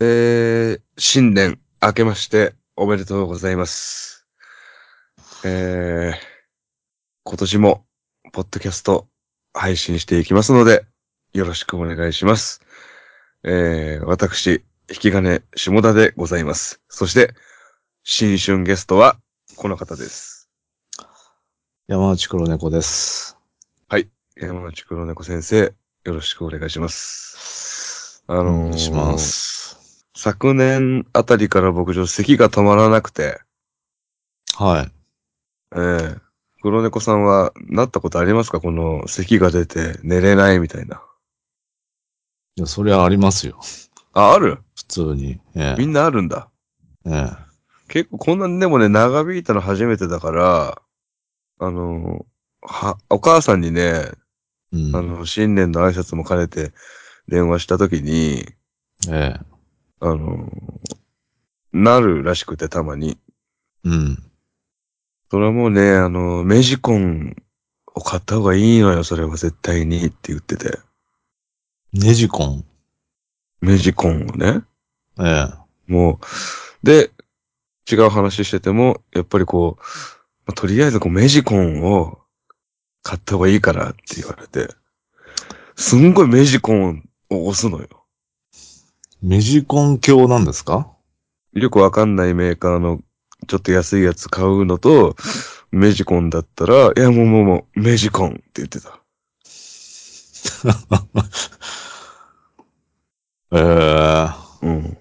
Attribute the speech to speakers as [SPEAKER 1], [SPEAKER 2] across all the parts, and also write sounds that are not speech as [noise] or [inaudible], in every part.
[SPEAKER 1] えー、新年明けましておめでとうございます。えー、今年も、ポッドキャスト配信していきますので、よろしくお願いします。えー、私、引き金下田でございます。そして、新春ゲストは、この方です。
[SPEAKER 2] 山内黒猫です。
[SPEAKER 1] 山内黒猫先生、よろしくお願いします。あ
[SPEAKER 2] あ
[SPEAKER 1] のー
[SPEAKER 2] します。
[SPEAKER 1] 昨年あたりから僕、ちょっと咳が止まらなくて、
[SPEAKER 2] はい。
[SPEAKER 1] ええ黒猫さんは、なったことありますかこの、咳が出て寝れないみたいな。
[SPEAKER 2] いや、それはありますよ。
[SPEAKER 1] あ、ある
[SPEAKER 2] 普通に。え
[SPEAKER 1] みんなあるんだ。
[SPEAKER 2] え。え
[SPEAKER 1] 結構こんなんでもね、長引いたの初めてだから、あの、は、お母さんにね、
[SPEAKER 2] え。うん
[SPEAKER 1] あの、新年の挨拶も兼ねて電話した時に、
[SPEAKER 2] ええ。
[SPEAKER 1] あの、なるらしくてたまに。
[SPEAKER 2] うん。
[SPEAKER 1] それはもうね、あの、メジコンを買った方がいいのよ、それは絶対にって言ってて。
[SPEAKER 2] ネジコン。
[SPEAKER 1] メジコンをね。
[SPEAKER 2] ええ。
[SPEAKER 1] もう、で、違う話してても、やっぱりこう、まあとりあえずこうメジコンを買った方がいいからって言われて、すんごいメジコンを押すのよ。
[SPEAKER 2] メジコン教なんですか
[SPEAKER 1] よくわかんないメーカーのちょっと安いやつ買うのと、メジコンだったら、いやもうもうもう、メジコンって言ってた。
[SPEAKER 2] ええ。
[SPEAKER 1] うん。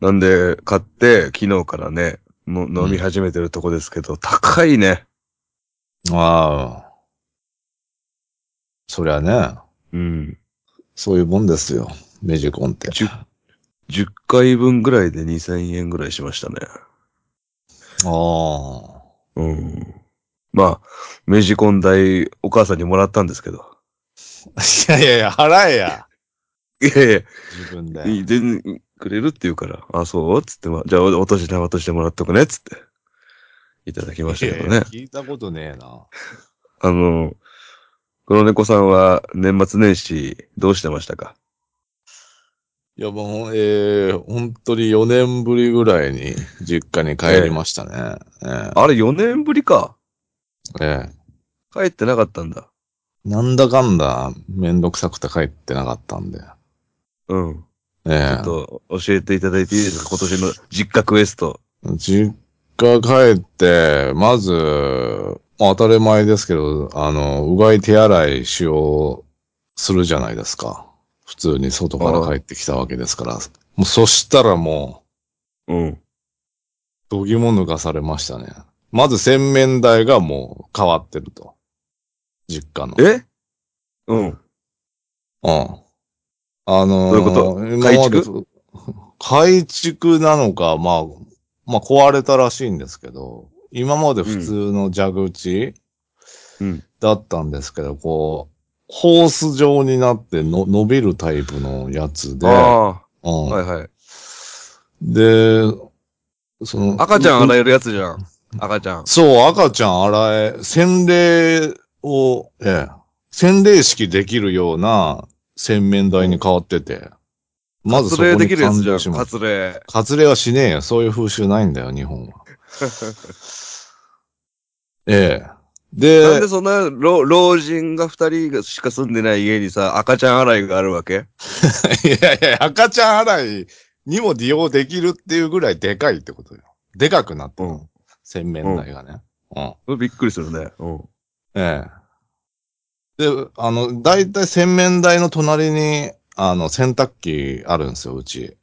[SPEAKER 1] なんで、買って、昨日からね、の飲み始めてるとこですけど、高いね。
[SPEAKER 2] ああ。そりゃね、
[SPEAKER 1] うん。
[SPEAKER 2] そういうもんですよ。メジコンって。
[SPEAKER 1] 10 10回分ぐらいで2000円ぐらいしましたね。
[SPEAKER 2] ああ。
[SPEAKER 1] うん。まあ、メジコン代お母さんにもらったんですけど。
[SPEAKER 2] いやいやいや、払えや。
[SPEAKER 1] いやいや、
[SPEAKER 2] 自分で。
[SPEAKER 1] 全然くれるって言うから、あ、そうつって、まあ、じゃあお年玉としてもらっとくね、つって。いただきましたけど
[SPEAKER 2] いやいや
[SPEAKER 1] ね。
[SPEAKER 2] 聞いたことねえな。
[SPEAKER 1] あの、黒猫さんは年末年始どうしてましたか
[SPEAKER 2] いや、もう、えー、本当に4年ぶりぐらいに実家に帰りましたね。えー
[SPEAKER 1] あれ4年ぶりか。
[SPEAKER 2] え
[SPEAKER 1] 帰ってなかったんだ。
[SPEAKER 2] ーなんだかんだめんどくさくて帰ってなかったんで。
[SPEAKER 1] うん。ちょ
[SPEAKER 2] えー
[SPEAKER 1] っと教えていただいていいですか今年の実家クエスト。
[SPEAKER 2] 実家帰って、まず、まあ当たり前ですけど、あの、うがい手洗い使用するじゃないですか。普通に外から帰ってきたわけですから。もうそしたらもう、
[SPEAKER 1] うん。
[SPEAKER 2] どぎも抜かされましたね。まず洗面台がもう変わってると。実家の。
[SPEAKER 1] えうん。
[SPEAKER 2] うん。あ
[SPEAKER 1] ど
[SPEAKER 2] のー、
[SPEAKER 1] ういうこと
[SPEAKER 2] 今まで改築なのか、まあ、まあ壊れたらしいんですけど、今まで普通の蛇口
[SPEAKER 1] うん
[SPEAKER 2] だったんですけど、こう、ホース状になっての伸びるタイプのやつで、
[SPEAKER 1] あ
[SPEAKER 2] う
[SPEAKER 1] あ、
[SPEAKER 2] ん
[SPEAKER 1] はいはい。
[SPEAKER 2] で、その、
[SPEAKER 1] 赤ちゃん洗えるやつじゃん。赤ちゃん。
[SPEAKER 2] そう、赤ちゃん洗え、洗礼を、ええ、洗礼式できるような洗面台に変わってて。まず
[SPEAKER 1] 発
[SPEAKER 2] そこ
[SPEAKER 1] 令で
[SPEAKER 2] に
[SPEAKER 1] きるや
[SPEAKER 2] 感
[SPEAKER 1] つじゃ
[SPEAKER 2] 動し
[SPEAKER 1] ん。
[SPEAKER 2] ます。
[SPEAKER 1] 発令。
[SPEAKER 2] 割礼はしねえよ。そういう風習ないんだよ、日本
[SPEAKER 1] [laughs]
[SPEAKER 2] は。ええ。
[SPEAKER 1] なん
[SPEAKER 2] で
[SPEAKER 1] で、そんな老老人が二人しか住んでない家にさ、赤ちゃん洗いがあるわけ
[SPEAKER 2] [laughs] いやいや、赤ちゃん洗いにも利用できるっていうぐらいでかいってことよ。でかくなってる。
[SPEAKER 1] うん
[SPEAKER 2] 洗面台がね。うん
[SPEAKER 1] びっくりするね。うん。
[SPEAKER 2] ええ。で、あの、だいたい洗面台の隣に、あの、洗濯機あるんですよ、うち。う。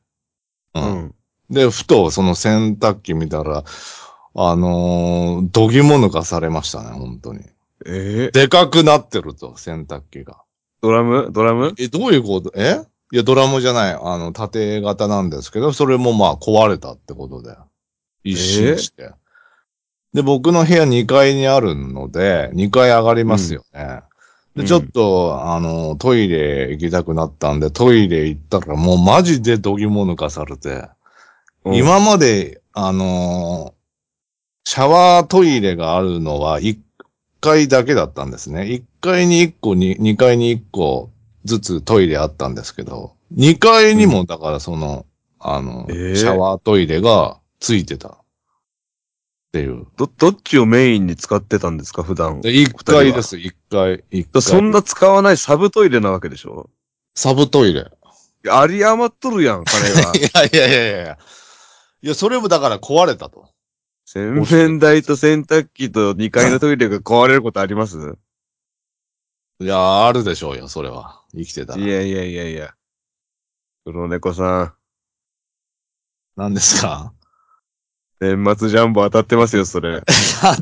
[SPEAKER 1] うんん。
[SPEAKER 2] で、ふとその洗濯機見たら、あのー、どぎも抜かされましたね、本当に。
[SPEAKER 1] ええ
[SPEAKER 2] でかくなってると、洗濯機が。
[SPEAKER 1] ドラムドラム
[SPEAKER 2] え、どういうことえいや、ドラムじゃない、あの、縦型なんですけど、それもまあ壊れたってことで。一新して。で、僕の部屋2階にあるので、2階上がりますよ
[SPEAKER 1] う
[SPEAKER 2] ね。
[SPEAKER 1] ん
[SPEAKER 2] で、ちょっと、あの、トイレ行きたくなったんで、トイレ行ったらもうマジでどぎも抜かされて、
[SPEAKER 1] うん
[SPEAKER 2] 今まで、あのーシャワートイレがあるのは1階だけだったんですね。1階に1個に、2階に1個ずつトイレあったんですけど、 2階にも、だからその、あの、
[SPEAKER 1] ええ
[SPEAKER 2] シャワートイレがついてた。っていう。
[SPEAKER 1] ど、どっちをメインに使ってたんですか、普段。
[SPEAKER 2] で、1階です、1階。一階。
[SPEAKER 1] そんな使わないサブトイレなわけでしょ
[SPEAKER 2] サブトイレ。
[SPEAKER 1] あり余っとるやん、金
[SPEAKER 2] [laughs]
[SPEAKER 1] が。
[SPEAKER 2] いやいやいやいやいや。いや、それもだから壊れたと。
[SPEAKER 1] 洗面台と洗濯機と2階のトイレが壊れることあり
[SPEAKER 2] [laughs]
[SPEAKER 1] ます
[SPEAKER 2] いや、あるでしょうよ、それは。生きてたら
[SPEAKER 1] い。やいやいやいや。黒猫さ
[SPEAKER 2] 何ですか
[SPEAKER 1] ん、年末ジャンボ当たってますよ、それ。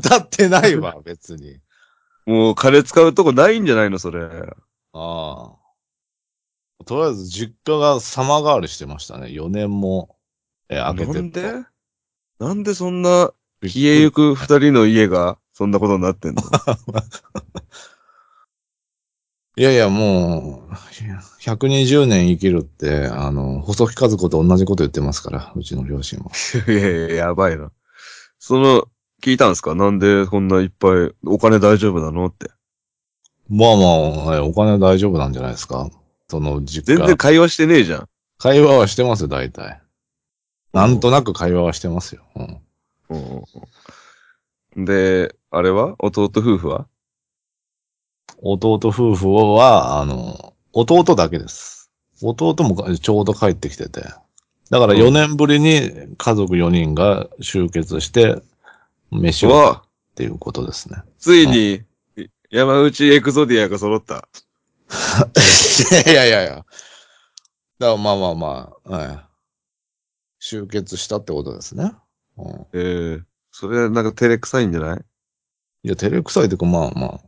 [SPEAKER 2] 当たってな
[SPEAKER 1] [laughs]
[SPEAKER 2] いわ、別に。
[SPEAKER 1] もう金使うとこないんじゃないの、それ。
[SPEAKER 2] ああ。とりあえず、実家が様変わりしてましたね。4年も、えー、開けて
[SPEAKER 1] な
[SPEAKER 2] た
[SPEAKER 1] んでなんでそんな消えゆく二人の家がそんなことにな [laughs] ってんの
[SPEAKER 2] いやいや、もう、120年生きるって、あの、細木和子と同じこと言ってますから、うちの両親も。
[SPEAKER 1] いやいや、やばいな。その、聞いたんですかなんでこんないっぱいお金大丈夫なのって。
[SPEAKER 2] まあまあ、えお金大丈夫なんじゃないですかその、実
[SPEAKER 1] 全然
[SPEAKER 2] 家。
[SPEAKER 1] 会話してねえじゃん。
[SPEAKER 2] 会話はしてますよ、大体。なんとなく会話はしてますよ。うん、
[SPEAKER 1] うんうんうんで、あれは弟夫婦は
[SPEAKER 2] 弟夫婦は、あの、弟だけです。弟もかちょうど帰ってきてて。だ
[SPEAKER 1] う
[SPEAKER 2] から
[SPEAKER 1] ん
[SPEAKER 2] 4年ぶりに家族4人が集結して、飯をっ
[SPEAKER 1] わ
[SPEAKER 2] ていうことですね。
[SPEAKER 1] ついに、山内エクゾディアが揃った。
[SPEAKER 2] [laughs] いやいやいや。だからまあまあまあ、はい。集結したってことですね。うん。
[SPEAKER 1] ええそれなんか照れくさいんじゃない
[SPEAKER 2] いや、照れくさいというか、まあまあ、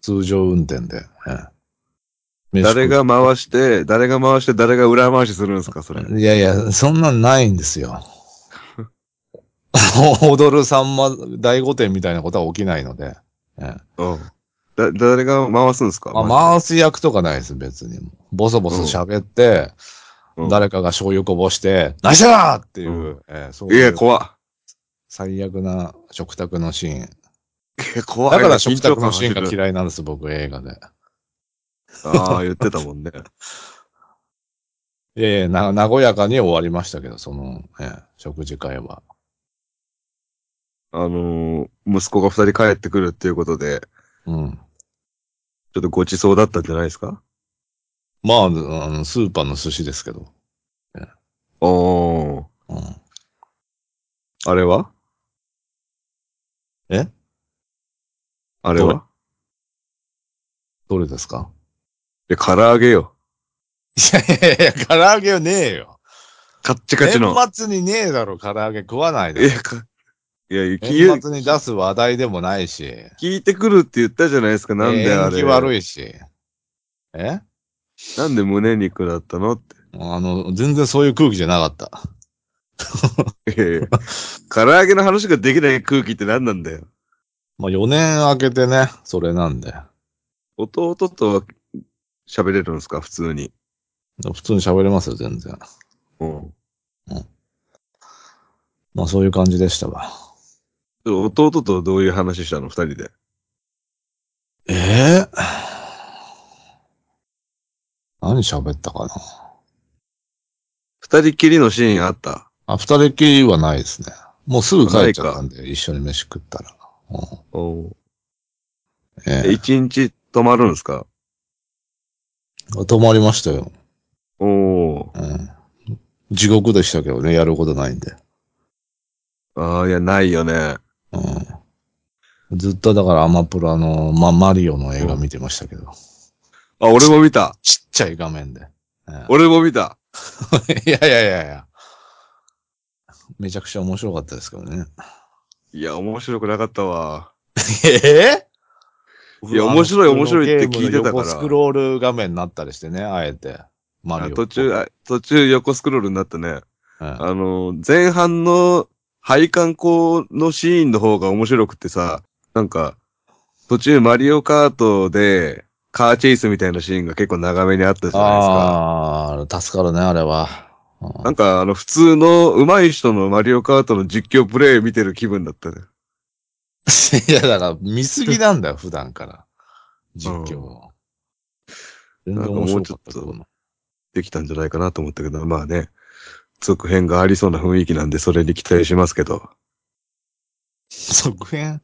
[SPEAKER 2] 通常運転で。はい
[SPEAKER 1] 誰が回して、誰が回して、誰が裏回しするんですか、それ。
[SPEAKER 2] いやいや、そんなんないんですよ。 [laughs] 踊るさんま大御殿みたいなことは起きないので。ええ
[SPEAKER 1] うん。だ、誰が回すんですか
[SPEAKER 2] まあ、回す役とかないです、別に。ボソボソ喋って、
[SPEAKER 1] うん
[SPEAKER 2] 誰かが醤油こぼして、ナイスだっていう、
[SPEAKER 1] うん
[SPEAKER 2] ええそう
[SPEAKER 1] いや、
[SPEAKER 2] いう
[SPEAKER 1] 怖っ。
[SPEAKER 2] 最悪な食卓のシーン。
[SPEAKER 1] いや怖
[SPEAKER 2] だ
[SPEAKER 1] い。
[SPEAKER 2] から食卓のシー
[SPEAKER 1] 緊張
[SPEAKER 2] ンが
[SPEAKER 1] 感走る
[SPEAKER 2] 嫌いなんです、僕、映画で。
[SPEAKER 1] ああ、言ってたもんね。
[SPEAKER 2] いやいや、な、和やかに終わりましたけど、その、ええ食事会は。
[SPEAKER 1] あのー息子が二人帰ってくるっていうことで、
[SPEAKER 2] うん。
[SPEAKER 1] ちょっとごちそうだったんじゃないですか
[SPEAKER 2] まあ、あのスーパーの寿司ですけど。
[SPEAKER 1] おー。
[SPEAKER 2] うん。
[SPEAKER 1] あれは
[SPEAKER 2] え
[SPEAKER 1] あれは
[SPEAKER 2] ど
[SPEAKER 1] い
[SPEAKER 2] れどれですか
[SPEAKER 1] や、唐揚げよ。
[SPEAKER 2] いやいやいや、唐揚げはねえよ。
[SPEAKER 1] カッチカ
[SPEAKER 2] 年
[SPEAKER 1] チの。
[SPEAKER 2] 末にねえだろ、唐揚げ食わない
[SPEAKER 1] い
[SPEAKER 2] で
[SPEAKER 1] や、。かいや、
[SPEAKER 2] 年
[SPEAKER 1] 聞
[SPEAKER 2] 末に出す話題でもないし。
[SPEAKER 1] 聞いてくるって言ったじゃないですか。なんであ
[SPEAKER 2] 縁
[SPEAKER 1] れ。
[SPEAKER 2] 起悪いし。え
[SPEAKER 1] なんで胸肉だったのって。 [laughs]
[SPEAKER 2] あの、全然そういう空気じゃなかった。
[SPEAKER 1] いやい [laughs] や唐揚げの話ができない空気って何なんだよ。
[SPEAKER 2] まあ、4年明けてね、それなんで。
[SPEAKER 1] 弟とは喋れるんですか普通に。
[SPEAKER 2] 普通に喋れますよ、全然。
[SPEAKER 1] うん。
[SPEAKER 2] まあ、そういう感じでしたわ。
[SPEAKER 1] 弟とどういう話したの二人で。
[SPEAKER 2] ええ何喋ったかな
[SPEAKER 1] 二人きりのシーンあった。
[SPEAKER 2] あ、二人きりはないですね。もうすぐ帰っちゃったんで、一緒に飯食ったら。うん
[SPEAKER 1] え
[SPEAKER 2] ええ
[SPEAKER 1] 一日泊まるんですか
[SPEAKER 2] 泊まりましたよ。
[SPEAKER 1] おお。
[SPEAKER 2] うん。地獄でしたけどね、やることないんで。
[SPEAKER 1] ああ、いや、ないよね。
[SPEAKER 2] うん。ずっとだからアマプラの、まあ、マリオの映画見てましたけど。
[SPEAKER 1] あ、俺も見 [laughs] た。
[SPEAKER 2] ちっちゃい画面で。 [laughs] うん
[SPEAKER 1] 俺も見た。
[SPEAKER 2] いやいやいやいや。めちゃくちゃ面白かったですけどね。
[SPEAKER 1] いや、面白くなかったわ。
[SPEAKER 2] [laughs] え
[SPEAKER 1] いや面白い面白いって聞いてたから
[SPEAKER 2] スクロール画面になったりしてね、あえて。マ
[SPEAKER 1] あ
[SPEAKER 2] リオ。
[SPEAKER 1] 途中、あ途中横スクロールになったね。
[SPEAKER 2] うん
[SPEAKER 1] あの、前半の配管工のシーンの方が面白くてさ、なんか、途中マリオカートでカーチェイスみたいなシーンが結構長めにあったじゃないですか。
[SPEAKER 2] ああ、助かるね、あれは。うん
[SPEAKER 1] なんか、あの、普通の上手い人のマリオカートの実況プレイ見てる気分だったね。
[SPEAKER 2] [laughs] いや、だから見すぎなんだよ、普段から。実況を。
[SPEAKER 1] ん
[SPEAKER 2] 全然面白かったけどな。
[SPEAKER 1] できたんじゃないかなと思ったけど、まあね、続編がありそうな雰囲気なんで、それに期待しますけど。
[SPEAKER 2] 続編、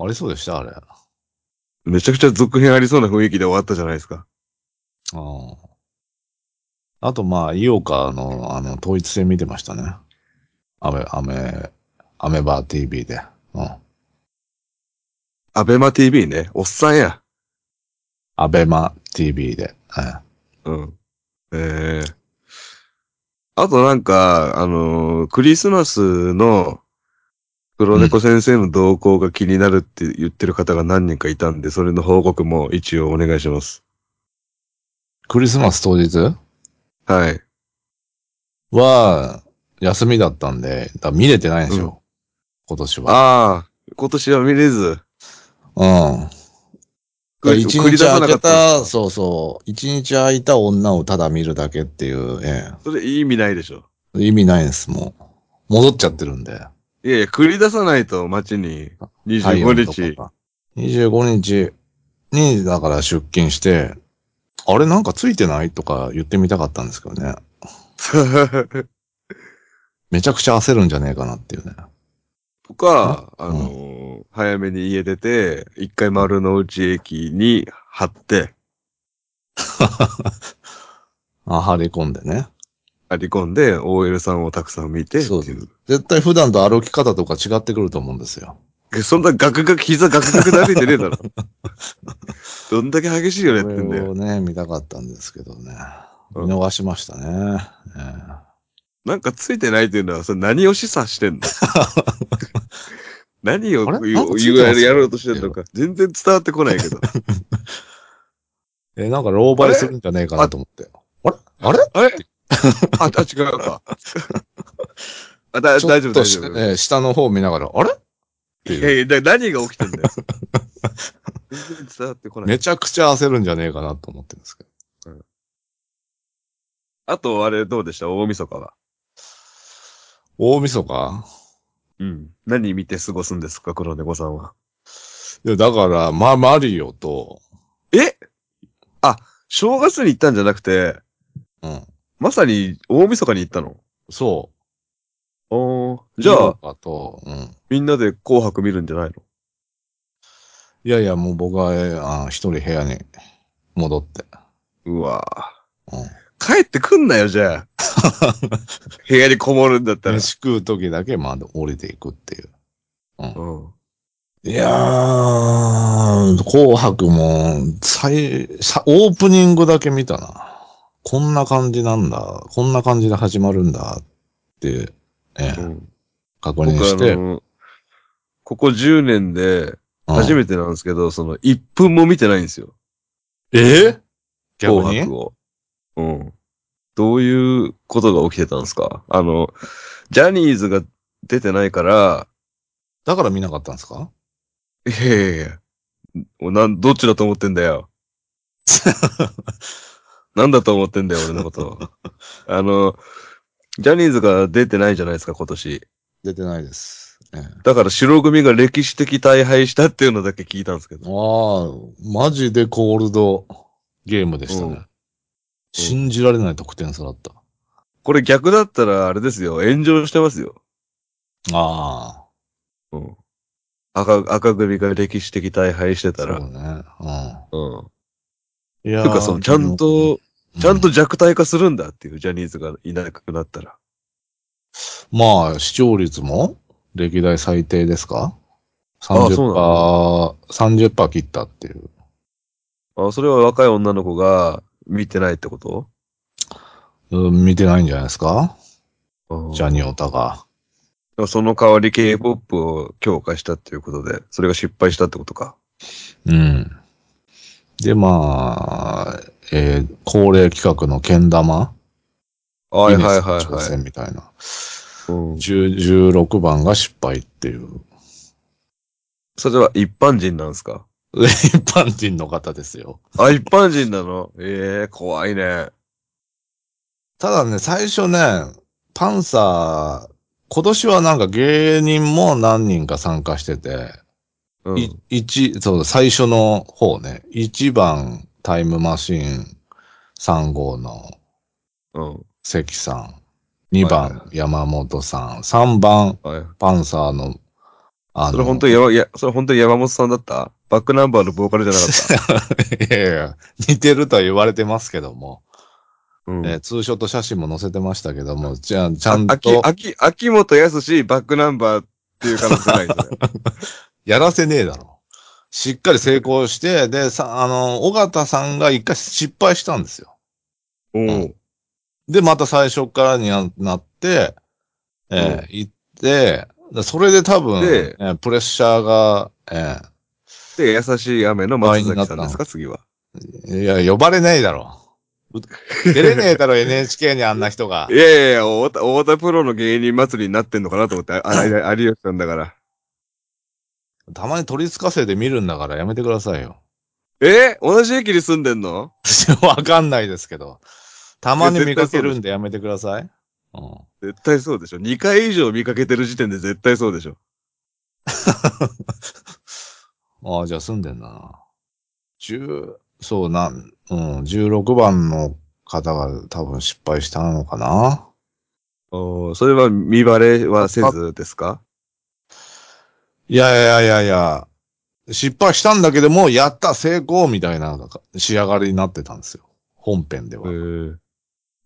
[SPEAKER 2] ありそうでしたあれ。あ
[SPEAKER 1] めちゃくちゃ続編ありそうな雰囲気で終わったじゃないですか。
[SPEAKER 2] あ。あと、まあ、井岡の、あの、統一戦見てましたね。アメ、アメ、アメバー TV で。うん。
[SPEAKER 1] アベマ TV ね、おっさんや。
[SPEAKER 2] アベマ TV で。はい。
[SPEAKER 1] うん。ええあとなんか、あのークリスマスの黒猫先生の動向が気になるって言ってる方が何人かいたんで、それの報告も一応お願いします。
[SPEAKER 2] クリスマス当日
[SPEAKER 1] はい。
[SPEAKER 2] は、休みだったんで、だから見れてないんですよ。
[SPEAKER 1] うん
[SPEAKER 2] 今年は。
[SPEAKER 1] ああ、今年は見れず。
[SPEAKER 2] うん。
[SPEAKER 1] 繰り
[SPEAKER 2] 一
[SPEAKER 1] 繰り出
[SPEAKER 2] 日
[SPEAKER 1] さな
[SPEAKER 2] 空
[SPEAKER 1] か
[SPEAKER 2] け
[SPEAKER 1] ったん
[SPEAKER 2] た、
[SPEAKER 1] です
[SPEAKER 2] そうそう。一日空いた女をただ見るだけっていう、え
[SPEAKER 1] それいい意味ないでしょ。
[SPEAKER 2] え、意味ないんです、もう。戻っちゃってるんで。
[SPEAKER 1] いやいや、繰り出さないと街に25
[SPEAKER 2] 太陽
[SPEAKER 1] 日
[SPEAKER 2] と。かが。25日に、だから出勤して、あれなんかついてないとか言ってみたかったんですけどね。めちゃくちゃ焦るんじゃねえかなっていうね。
[SPEAKER 1] [laughs] とか、あのー早めに家出て、一回丸の内駅に貼って、
[SPEAKER 2] あ、張り込んでね。
[SPEAKER 1] 張り込んで、OL さんをたくさん見てってい。
[SPEAKER 2] そうう絶対普段と歩き方とか違ってくると思うんですよ。
[SPEAKER 1] えそんなガクガク、膝ガクガクで歩いてねえだ
[SPEAKER 2] [laughs]
[SPEAKER 1] ろ。どんだけ激しいよねやってんだ
[SPEAKER 2] これ
[SPEAKER 1] よ。
[SPEAKER 2] をね、見たかったんですけど
[SPEAKER 1] う
[SPEAKER 2] ね。
[SPEAKER 1] ん
[SPEAKER 2] 見逃しましたね。え
[SPEAKER 1] なんかついてないっていうのは、それ何を示唆して
[SPEAKER 2] [laughs]
[SPEAKER 1] んの何を
[SPEAKER 2] あれ
[SPEAKER 1] 言
[SPEAKER 2] なん
[SPEAKER 1] う
[SPEAKER 2] かつい
[SPEAKER 1] 言
[SPEAKER 2] てます
[SPEAKER 1] うやろうとしてんのか、全然伝わってこないけど。
[SPEAKER 2] ええなんか狼狽するんじゃねえかなと思って。あれ [laughs] あれ
[SPEAKER 1] あれあ、あ違うか。あだ
[SPEAKER 2] ち
[SPEAKER 1] 大
[SPEAKER 2] ょ
[SPEAKER 1] 丈
[SPEAKER 2] っ
[SPEAKER 1] 夫、
[SPEAKER 2] と
[SPEAKER 1] 大
[SPEAKER 2] し
[SPEAKER 1] 丈夫。
[SPEAKER 2] ええ下の方見ながら、あれって
[SPEAKER 1] いや
[SPEAKER 2] いう
[SPEAKER 1] いや、だ何が起きてんだよ。全然伝わってこない。
[SPEAKER 2] めちゃくちゃ焦るんじゃねえかなと思ってるんですけど。
[SPEAKER 1] あと、あれどうでした大晦日は。
[SPEAKER 2] 大晦日
[SPEAKER 1] うん。何見て過ごすんですか黒猫さんは。
[SPEAKER 2] いや、だから、ま、マリオと、
[SPEAKER 1] えあ、正月に行ったんじゃなくて、
[SPEAKER 2] うん。
[SPEAKER 1] まさに大晦日に行ったの。
[SPEAKER 2] そ
[SPEAKER 1] おー
[SPEAKER 2] う。
[SPEAKER 1] じゃあ、
[SPEAKER 2] あと、うん。
[SPEAKER 1] みんなで紅白見るんじゃないの
[SPEAKER 2] いやいや、もう僕は、ええあ一人部屋に戻って。
[SPEAKER 1] うわ
[SPEAKER 2] うん。
[SPEAKER 1] ぁ。帰ってくんなよ、じ
[SPEAKER 2] [laughs]
[SPEAKER 1] ゃあ。部屋にこもるんだったら。
[SPEAKER 2] 飯食う時だけ、まあ、降りていくっていう。
[SPEAKER 1] うん。
[SPEAKER 2] いやー、紅白も、最、さオープニングだけ見たな。こんな感じなんだ。こんな感じで始まるんだって、ええ
[SPEAKER 1] うん、
[SPEAKER 2] 確認
[SPEAKER 1] 僕あ
[SPEAKER 2] して。
[SPEAKER 1] の、ここ10年で、
[SPEAKER 2] うん
[SPEAKER 1] 初めてなんですけど、その、1分も見てないんですよ。
[SPEAKER 2] ええ逆
[SPEAKER 1] 紅
[SPEAKER 2] に
[SPEAKER 1] 白を。うん。どういうことが起きてたんですかあの、ジャニーズが出てないから、
[SPEAKER 2] だから見なかったんですか
[SPEAKER 1] いやいやいやおなん、どっちだと思ってんだ
[SPEAKER 2] [laughs]
[SPEAKER 1] よ。なんだと思ってんだよ、俺のこと。あの、ジャニーズが出てないじゃないですか、今年。
[SPEAKER 2] 出てないです。ええ
[SPEAKER 1] だから白組が歴史的大敗したっていうのだけ聞いたんですけど。
[SPEAKER 2] ああ、マジでコールドゲームでしたね。
[SPEAKER 1] うん
[SPEAKER 2] 信じられない得点差だった。
[SPEAKER 1] これ逆だったら、あれですよ、炎上してますよ。
[SPEAKER 2] あ
[SPEAKER 1] うん。赤、赤組が歴史的大敗して
[SPEAKER 2] あ、そ
[SPEAKER 1] た
[SPEAKER 2] う
[SPEAKER 1] ら。う
[SPEAKER 2] ね。
[SPEAKER 1] ん。
[SPEAKER 2] うん。いや
[SPEAKER 1] てか、その、ちゃん、と、
[SPEAKER 2] う
[SPEAKER 1] ちゃんと、弱体化するんだっていう、ジャニーズがいなくなったら。
[SPEAKER 2] まあ、視聴率も歴代最低ですか
[SPEAKER 1] ああそうな
[SPEAKER 2] ?30%、30%切ったっていう。
[SPEAKER 1] あ、それは若い女の子が見てないってこと
[SPEAKER 2] うん、見てないんじゃないですかジ
[SPEAKER 1] ー
[SPEAKER 2] ャニオタが。
[SPEAKER 1] その代わり K-POP を強化したっていうことで、それが失敗したってことか。
[SPEAKER 2] うん。で、まあ、えー恒例企画のけん玉。
[SPEAKER 1] はいはい
[SPEAKER 2] ギネ
[SPEAKER 1] はい
[SPEAKER 2] スの挑
[SPEAKER 1] はい。
[SPEAKER 2] 戦みたいな。
[SPEAKER 1] うん、
[SPEAKER 2] 10 16番が失敗っていう。
[SPEAKER 1] [laughs] それは一般人なんですか
[SPEAKER 2] 一般人の方ですよ。
[SPEAKER 1] あ、一般人なのええ怖いね。
[SPEAKER 2] ただね、最初ね、パンサー、今年はなんか芸人も何人か参加してて、
[SPEAKER 1] うん。
[SPEAKER 2] い一、そう、最初の方ね、1番タイムマシーン3号の
[SPEAKER 1] うん。
[SPEAKER 2] 関さん。
[SPEAKER 1] は
[SPEAKER 2] 2
[SPEAKER 1] いはい
[SPEAKER 2] 番、山本さん。3番、
[SPEAKER 1] はい。
[SPEAKER 2] パンサーの、あ
[SPEAKER 1] それ本当に山、いや、それ本当に山本さんだったバックナンバーのボーカルじゃなかった。
[SPEAKER 2] [laughs] [laughs] いやいや、似てるとは言われてますけども、
[SPEAKER 1] うん。
[SPEAKER 2] えーツーショット写真も載せてましたけども、じゃあ、ちゃん
[SPEAKER 1] あき
[SPEAKER 2] と、
[SPEAKER 1] 秋、秋元康、バックナンバーっていう可能性ないですね。
[SPEAKER 2] やらせねえだろ。しっかり成功して、で、さ、あの、尾形さんが一回失敗したんですよ。
[SPEAKER 1] おう
[SPEAKER 2] [laughs] うんで、また最初からにななって、えー
[SPEAKER 1] うん
[SPEAKER 2] 行って、でそれで多分、
[SPEAKER 1] で
[SPEAKER 2] えープレッシャーが、え
[SPEAKER 1] で、優しい雨の松崎さんですか、次は。
[SPEAKER 2] ーいや、呼ばれないだろ。
[SPEAKER 1] [laughs]
[SPEAKER 2] う出れねえだろ、NHK にあんな人が
[SPEAKER 1] い。やいやいや、大田、太田プロの芸人祭りになってんのかなと思って、あ、あれ、有吉さんだから。
[SPEAKER 2] たまに取りつかせて見るんだからやめてくださいよ。 [laughs]
[SPEAKER 1] え同じ駅に住んでんの
[SPEAKER 2] わかんないですけど。たまに見かけるんでやめてください。うん、
[SPEAKER 1] 絶対そうでしょ。2回以上見かけてる時点で絶対そうでしょ。
[SPEAKER 2] ああ、じゃあ住んでんだな。十、そうなん、うん、16番の方が多分失敗したのかな。
[SPEAKER 1] おーそれは見バレはせずですか
[SPEAKER 2] いやいやいやいや、失敗したんだけども、やった、成功みたいな仕上がりになってたんですよ。本編では。
[SPEAKER 1] うん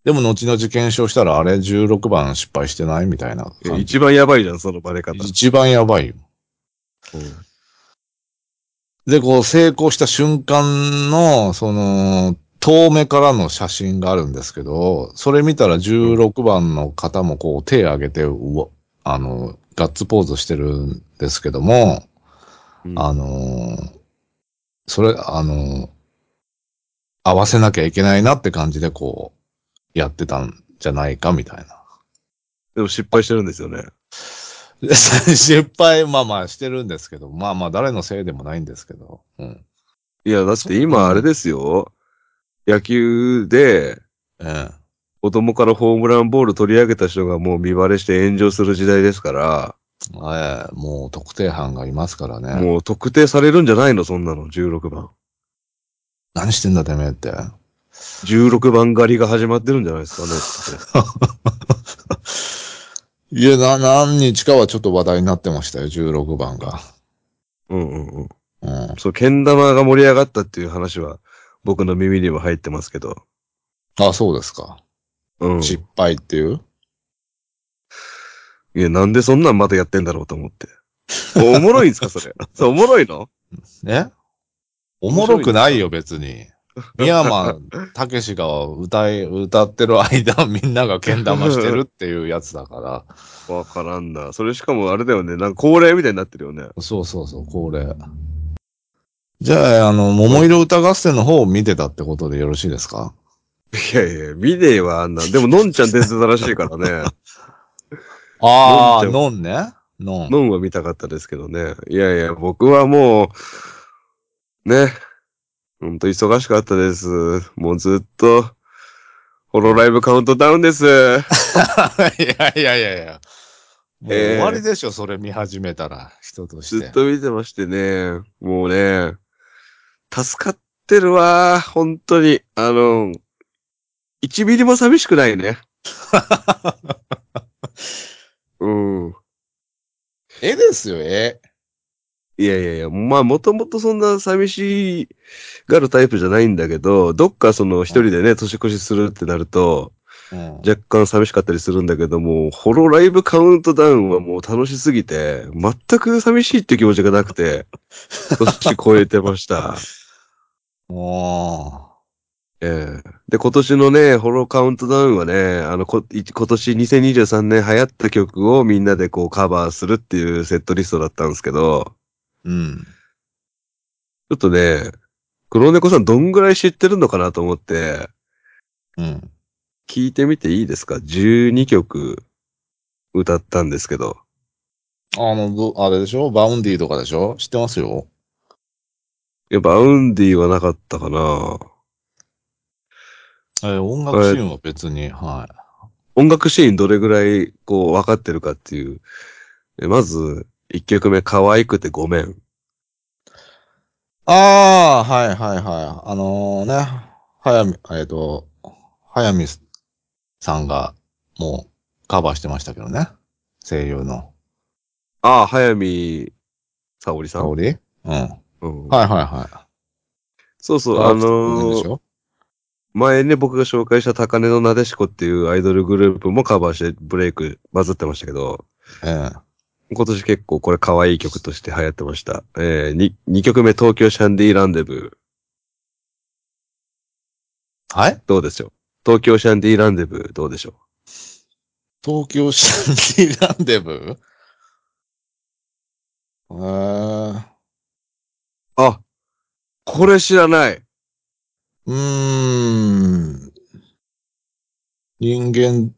[SPEAKER 2] でも後々検証したら、あれ16番失敗してないみたいな感じ。
[SPEAKER 1] 一番やばいじゃん、そのバレ方。
[SPEAKER 2] 一番やばいよ。で、こう、成功した瞬間の、その、遠目からの写真があるんですけど、それ見たら16番の方もこう、手挙げて、うわ、あの、ガッツポーズしてるんですけども、
[SPEAKER 1] うん
[SPEAKER 2] あのーそれ、あのー合わせなきゃいけないなって感じでこう、やってたんじゃないかみたいな。 [laughs]
[SPEAKER 1] でも失敗してるんですよね。
[SPEAKER 2] で失敗、まあまあしてるんですけど、まあまあ誰のせいでもないんですけど、うん。
[SPEAKER 1] いや、だって今あれですよ。野球で
[SPEAKER 2] ええ。
[SPEAKER 1] 子供からホームランボール取り上げた人がもう見バレして炎上する時代ですから、
[SPEAKER 2] ええ、もう特定班がいますからね。
[SPEAKER 1] もう特定されるんじゃないのそんなの、16番。
[SPEAKER 2] 何してんだてめえって。
[SPEAKER 1] 16番狩りが始まってるんじゃないですかね。
[SPEAKER 2] いや、な、何日かはちょっと話題になってましたよ、16番が。
[SPEAKER 1] うんうんうん。
[SPEAKER 2] うん。
[SPEAKER 1] そう、剣玉が盛り上がったっていう話は僕の耳にも入ってますけど。
[SPEAKER 2] あ、そうですか。
[SPEAKER 1] うん。
[SPEAKER 2] 失敗っていう。
[SPEAKER 1] いや、なんでそんなんまたやってんだろうと思って。おもろいんです [laughs] か、それ。そう、おもろいの
[SPEAKER 2] えおもろくないよ、別に。ミヤマン、たけしが歌い、歌ってる間、 [laughs] みんながけん玉してるっていうやつだか
[SPEAKER 1] わからんな。それしかもあれだよね。なんか恒例みたいになってるよね。
[SPEAKER 2] ら。そうそうそう、これ。じゃあ、あの、桃色歌合戦の方を見てたってことでよろしいですか
[SPEAKER 1] いやいや、見ねえわ、あんなん。でも、のんちゃん伝説らしいから [laughs] ね。
[SPEAKER 2] ああ、
[SPEAKER 1] 飲んじゃ
[SPEAKER 2] ノンね。ノ [laughs] ン。
[SPEAKER 1] のんは見たかったですけどね。いやいや、僕はもう、ね。ほんと忙しかったです。もうずっと、ホロライブカウントダウンです。
[SPEAKER 2] いやいやいやいや。もう
[SPEAKER 1] えー
[SPEAKER 2] 終わりでしょ、それ見始めたら、人とし。
[SPEAKER 1] ずってと見てましてね。もうね、助かってるわ。本当に。あの、1ミリも寂しくないね。うん。
[SPEAKER 2] 絵ですよ、絵。
[SPEAKER 1] いやいやいや、まあもともとそんな寂しがるタイプじゃないんだけど、どっかその一人でね、年越しするってなると、
[SPEAKER 2] うん、
[SPEAKER 1] 若干寂しかったりするんだけども、ホロライブカウントダウンはもう楽しすぎて、全く寂しいって気持ちがなくて、年超えてました。
[SPEAKER 2] も
[SPEAKER 1] ええで、今年のね、ホロカウントダウンはね、あの、こい今年2023年流行った曲をみんなでこうカバーするっていうセットリストだったんですけど、
[SPEAKER 2] う、うん。
[SPEAKER 1] ちょっとね、黒猫さんどんぐらい知ってるのかなと思って、
[SPEAKER 2] うん。
[SPEAKER 1] 聞いてみていいですか ?12 曲歌ったんですけど。
[SPEAKER 2] あの、どあれでしょバウンディとかでしょ知ってますよ
[SPEAKER 1] いや、バウンディはなかったかな
[SPEAKER 2] えー音楽シーンは別に、はい。
[SPEAKER 1] 音楽シーンどれぐらいこう分かってるかっていう。えまず、1曲目、可愛くてごめん。
[SPEAKER 2] ああ、はいはいはい。あのね、早見、えっ、と、早見さんが、もう、カバーしてましたけどね。声優の。
[SPEAKER 1] ああ、早見沙織さ
[SPEAKER 2] 香
[SPEAKER 1] ん。
[SPEAKER 2] りうん。はい
[SPEAKER 1] うん
[SPEAKER 2] はいはい。
[SPEAKER 1] そうそう、
[SPEAKER 2] あ
[SPEAKER 1] あ
[SPEAKER 2] の
[SPEAKER 1] のー前ね、僕が紹介した高根のなでしこっていうアイドルグループもカバーしてブレイクバズってましたけど、
[SPEAKER 2] え
[SPEAKER 1] 今年結構これ可愛い曲として流行ってました。えー、に2曲目東京シャンディーランデブー。
[SPEAKER 2] え。はい
[SPEAKER 1] どうでしょう東京シャンディーランデブーどうでしょう
[SPEAKER 2] 東京シャンディランデブーえー、
[SPEAKER 1] あ、これ知らないう
[SPEAKER 2] ーん。人間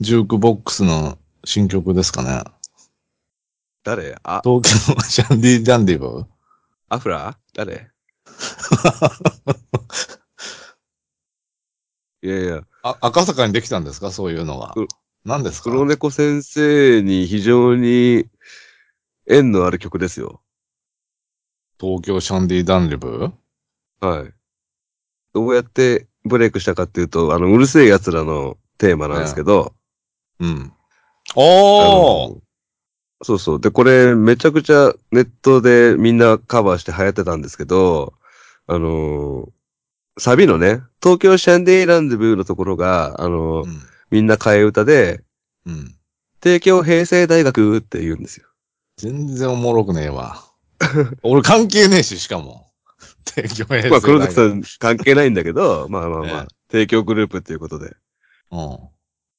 [SPEAKER 2] ジュークボックスの新曲ですかね。
[SPEAKER 1] 誰あ、
[SPEAKER 2] 東京シャンディランデブー
[SPEAKER 1] アフラ誰いやいや、
[SPEAKER 2] あ赤坂にできたんですかそういうのが
[SPEAKER 1] う。
[SPEAKER 2] 何ですか
[SPEAKER 1] 黒猫先生に非常に縁のある曲ですよ。
[SPEAKER 2] 東京シャンディダンデブー
[SPEAKER 1] はい。どうやってブレイクしたかっていうと、あの、うるせえ奴らのテーマなんですけど、
[SPEAKER 2] うん。
[SPEAKER 1] あ
[SPEAKER 2] おー
[SPEAKER 1] のそうそう。で、これめちゃくちゃネットでみんなカバーして流行ってたんですけど、あのーサビのね、東京シャンディーランデブーのところが、あのー
[SPEAKER 2] うん。
[SPEAKER 1] みんな替え歌で、
[SPEAKER 2] うん。
[SPEAKER 1] 帝京平成大学って言うんですよ。
[SPEAKER 2] 全然おもろくねえ
[SPEAKER 1] [laughs]
[SPEAKER 2] わ。俺関係ねえし、しかも。提供平成
[SPEAKER 1] まあ、黒崎さ
[SPEAKER 2] ん。
[SPEAKER 1] ん関係ないんだけど、まあまあま
[SPEAKER 2] ええ
[SPEAKER 1] あ、帝京グループっていうことで。
[SPEAKER 2] うん。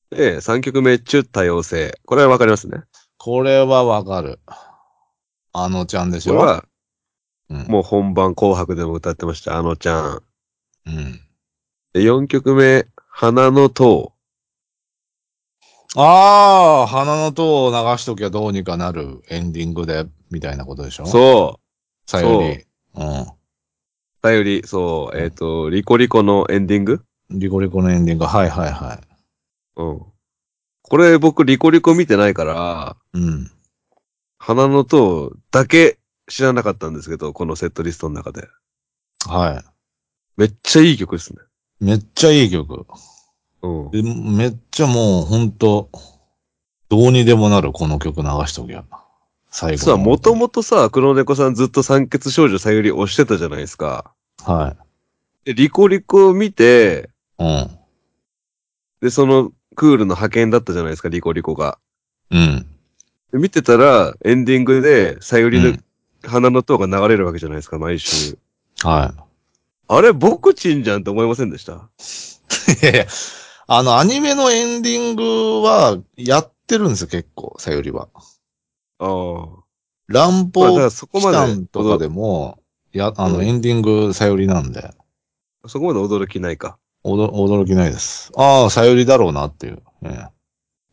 [SPEAKER 1] で、3曲目、中多様性。これはわかりますね。
[SPEAKER 2] これはわかる。あのちゃんでし
[SPEAKER 1] こ
[SPEAKER 2] ょ
[SPEAKER 1] れは、
[SPEAKER 2] うん
[SPEAKER 1] もう本番紅白でも歌ってました、あのちゃん。
[SPEAKER 2] うん。
[SPEAKER 1] で、4曲目、花の塔。
[SPEAKER 2] ああ、花の塔を流しときゃどうにかなるエンディングで、みたいなことでしょう。
[SPEAKER 1] そう。
[SPEAKER 2] さより。う
[SPEAKER 1] だより、そう、えっ、と、リコリコのエンディング
[SPEAKER 2] ん。リコリコのエンディング。はいはいは
[SPEAKER 1] うん。これ僕、リコリコ見てないから、
[SPEAKER 2] い。うん。
[SPEAKER 1] 花の塔だけ知らなかったんですけど、このセットリストの中で。
[SPEAKER 2] は
[SPEAKER 1] めっちゃいい曲ですね。
[SPEAKER 2] い。めっちゃいい曲。
[SPEAKER 1] うん。
[SPEAKER 2] でめっちゃもうほんと、どうにでもなるこの曲流しときゃ。最後
[SPEAKER 1] さ
[SPEAKER 2] の
[SPEAKER 1] あ、もともとさ、黒猫さんずっと酸欠少女さゆり推してたじゃないですか。
[SPEAKER 2] は
[SPEAKER 1] で、リコリコを見て、
[SPEAKER 2] い。うん。
[SPEAKER 1] で、そのクールの派遣だったじゃないですか、リコリコが。
[SPEAKER 2] うん。
[SPEAKER 1] で見てたら、エンディングで、さゆり
[SPEAKER 2] う
[SPEAKER 1] の
[SPEAKER 2] ん
[SPEAKER 1] 花の塔が流れるわけじゃないですか、毎週。 [laughs]
[SPEAKER 2] は
[SPEAKER 1] あれ、僕ちんじゃんって思いませんでした
[SPEAKER 2] い。いやいやあの、アニメのエンディングは、やってるんですよ、結構、さよりは。
[SPEAKER 1] ああ。
[SPEAKER 2] 乱
[SPEAKER 1] まあ、だ
[SPEAKER 2] 暴
[SPEAKER 1] か
[SPEAKER 2] 期
[SPEAKER 1] らそこまで
[SPEAKER 2] 間、とかでも、や、あの、
[SPEAKER 1] うん
[SPEAKER 2] エンディング、さよりなんで、
[SPEAKER 1] そこまで驚きないか。
[SPEAKER 2] おど驚きないです。ああ、さよりだろうなっていう。え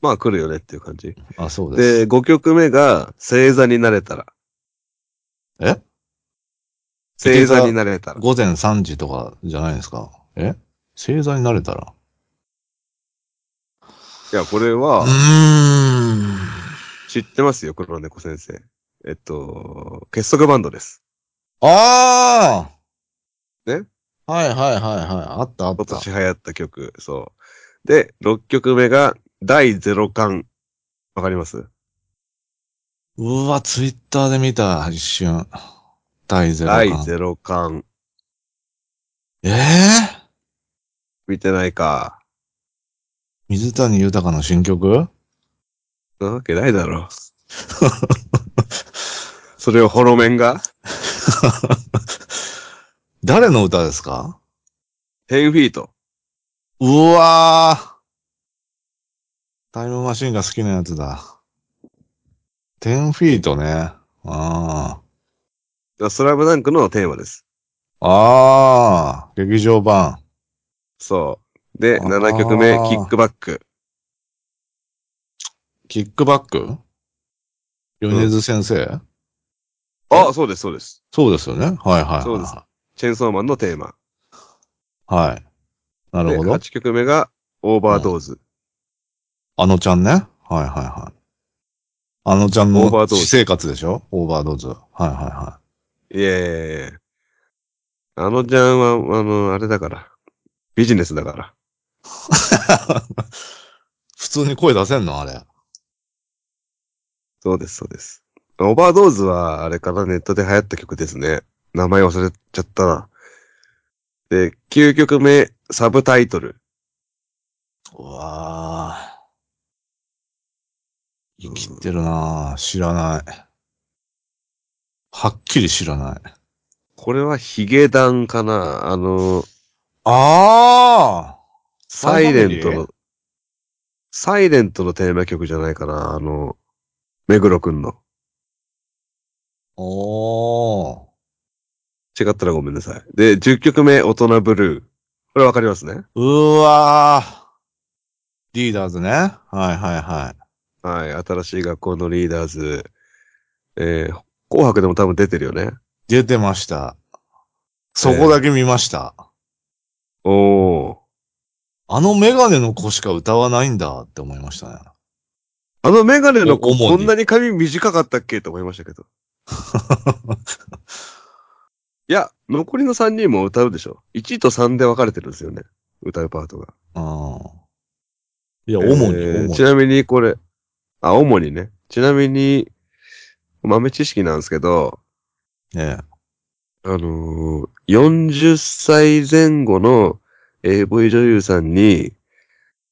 [SPEAKER 1] まあ来るよねっていう感じ。
[SPEAKER 2] えあ、そうです。
[SPEAKER 1] で、5曲目が、星座になれたら。
[SPEAKER 2] え
[SPEAKER 1] 星座になれたら。
[SPEAKER 2] 午前3時とかじゃないですか。え星座になれたら。
[SPEAKER 1] いや、これ
[SPEAKER 2] う
[SPEAKER 1] は、
[SPEAKER 2] ーん。
[SPEAKER 1] 知ってますよ、黒猫先生。えっと、結束バンドです。
[SPEAKER 2] ああ
[SPEAKER 1] ね
[SPEAKER 2] はいはいはいはい。あったあっ
[SPEAKER 1] 今
[SPEAKER 2] た。
[SPEAKER 1] 年流行った曲、そう。で、6曲目が、第0巻。わかります
[SPEAKER 2] うわ、ツイッターで見た、一瞬。第ゼロ
[SPEAKER 1] 第
[SPEAKER 2] 感。
[SPEAKER 1] 0巻。
[SPEAKER 2] ええ
[SPEAKER 1] 見てないか。
[SPEAKER 2] 水谷豊の新 [laughs] 曲
[SPEAKER 1] なわけないだ
[SPEAKER 2] [laughs]
[SPEAKER 1] ろう。それをホロメンが、
[SPEAKER 2] 誰の歌ですか
[SPEAKER 1] 10フィート。
[SPEAKER 2] うわータイムマシンが好きなやつだ。10フィートね。あ
[SPEAKER 1] スラムダンクのテーマです。
[SPEAKER 2] あ。ああ。劇場版。
[SPEAKER 1] そう。で、
[SPEAKER 2] あー
[SPEAKER 1] 7曲目、キックバック。
[SPEAKER 2] キックバック米津先生、
[SPEAKER 1] あ、そうです、そうです。
[SPEAKER 2] そうですよね。はいはいはい。
[SPEAKER 1] そうです。チェンソーマンのテーマ。
[SPEAKER 2] はい。なる
[SPEAKER 1] で、
[SPEAKER 2] ほど。
[SPEAKER 1] 8曲目が、オーバードーズ。
[SPEAKER 2] あのちゃんね。はいはいはい。あのちゃん
[SPEAKER 1] オーバ
[SPEAKER 2] の
[SPEAKER 1] ードーズ
[SPEAKER 2] 私生活でしょオーバードーズ。はいはいはい [laughs]
[SPEAKER 1] えいえいえあのジャンは、あの、あれだから。ビジネスだから。
[SPEAKER 2] 普通に声出せんのあれ。
[SPEAKER 1] そうです、そうです。オーバードーズは、あれからネットで流行った曲ですね。名前忘れちゃったな。で、9曲目、サブタイトル。
[SPEAKER 2] うわあ。生きてるなあ知らない。はっきり知らない。
[SPEAKER 1] これはヒゲダンかなあの、
[SPEAKER 2] ああ
[SPEAKER 1] サイレントの、サイレントのテーマ曲じゃないかなあの、目黒くんの。
[SPEAKER 2] おー。
[SPEAKER 1] 違ったらごめんなさい。で、10曲目、大人ブルー。これわかりますね。
[SPEAKER 2] うわー。リーダーズね。はいはいはい。
[SPEAKER 1] はい。新しい学校のリーダーズ。えー、紅白でも多分出てるよね。
[SPEAKER 2] 出てました。そこだけ見ました。
[SPEAKER 1] おー。
[SPEAKER 2] あのメガネの子しか歌わないんだって思いましたね。
[SPEAKER 1] あのメガネの
[SPEAKER 2] お
[SPEAKER 1] 子、
[SPEAKER 2] 主に
[SPEAKER 1] こんなに髪短かったっけと思いましたけ
[SPEAKER 2] [laughs]
[SPEAKER 1] ど。いや、残りの3人も歌うでしょ。1位と3で分かれてるんですよね。歌うパートが。
[SPEAKER 2] うん。いや、主に、
[SPEAKER 1] えー
[SPEAKER 2] 主に
[SPEAKER 1] ちなみにこれ、あ、主にね。ちなみに、豆知識なんですけど、
[SPEAKER 2] ね
[SPEAKER 1] あのー、40歳前後の AV 女優さんに、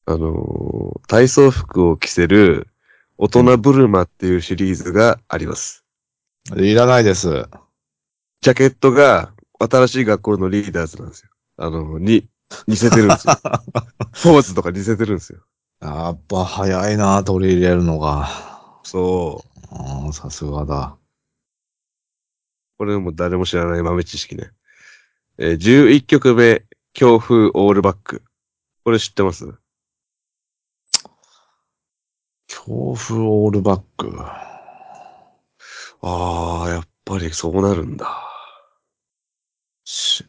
[SPEAKER 1] あのー、体操服を着せる大人ブルマっていうシリーズがあります。
[SPEAKER 2] いらないです。
[SPEAKER 1] ジャケットが新しい学校のリーダーズなんですよ。あの、に、似せてるんですよ。ポーズとか似せてるんですよ。
[SPEAKER 2] やっぱ早いな、取り入れるのが。
[SPEAKER 1] そう。
[SPEAKER 2] うん、さすがだ。
[SPEAKER 1] これも誰も知らない豆知識ね。えー11曲目、強風オールバック。これ知ってます
[SPEAKER 2] 強風オールバック。
[SPEAKER 1] ああ、やっぱりそうなるんだ。
[SPEAKER 2] し、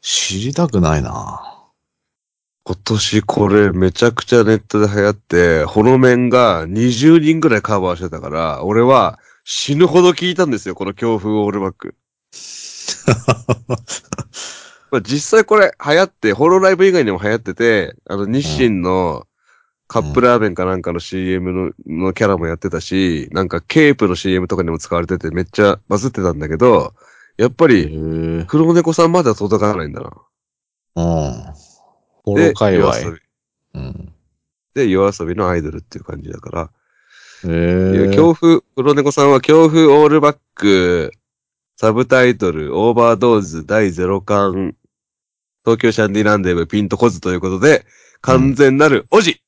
[SPEAKER 2] 知りたくない
[SPEAKER 1] [laughs]
[SPEAKER 2] な。
[SPEAKER 1] 今年これめちゃくちゃネットで流行って、ホロメンが20人ぐらいカバーしてたから、俺は死ぬほど聞いたんですよ、この強風オールバック。まあ、実際これ流行って、ホロライブ以外にも流行ってて、あの日清のカップラーメンかなんかの CM の,、のキャラもやってたし、なんかケープの CM とかにも使われててめっちゃバズってたんだけど、やっぱ
[SPEAKER 2] へえ。
[SPEAKER 1] り
[SPEAKER 2] うん。
[SPEAKER 1] 黒猫さんまでは届かないんだな。
[SPEAKER 2] ホ
[SPEAKER 1] で
[SPEAKER 2] ロ界隈。
[SPEAKER 1] 夜遊び
[SPEAKER 2] うん。
[SPEAKER 1] で、夜遊びのアイドルっていう感じだから、
[SPEAKER 2] へ
[SPEAKER 1] いう
[SPEAKER 2] え。
[SPEAKER 1] 強風、黒猫さんは強風オールバック、サブタイトル、オーバードーズ第0巻、東京シャンディランデブピンとこずということで、完全なるおじ、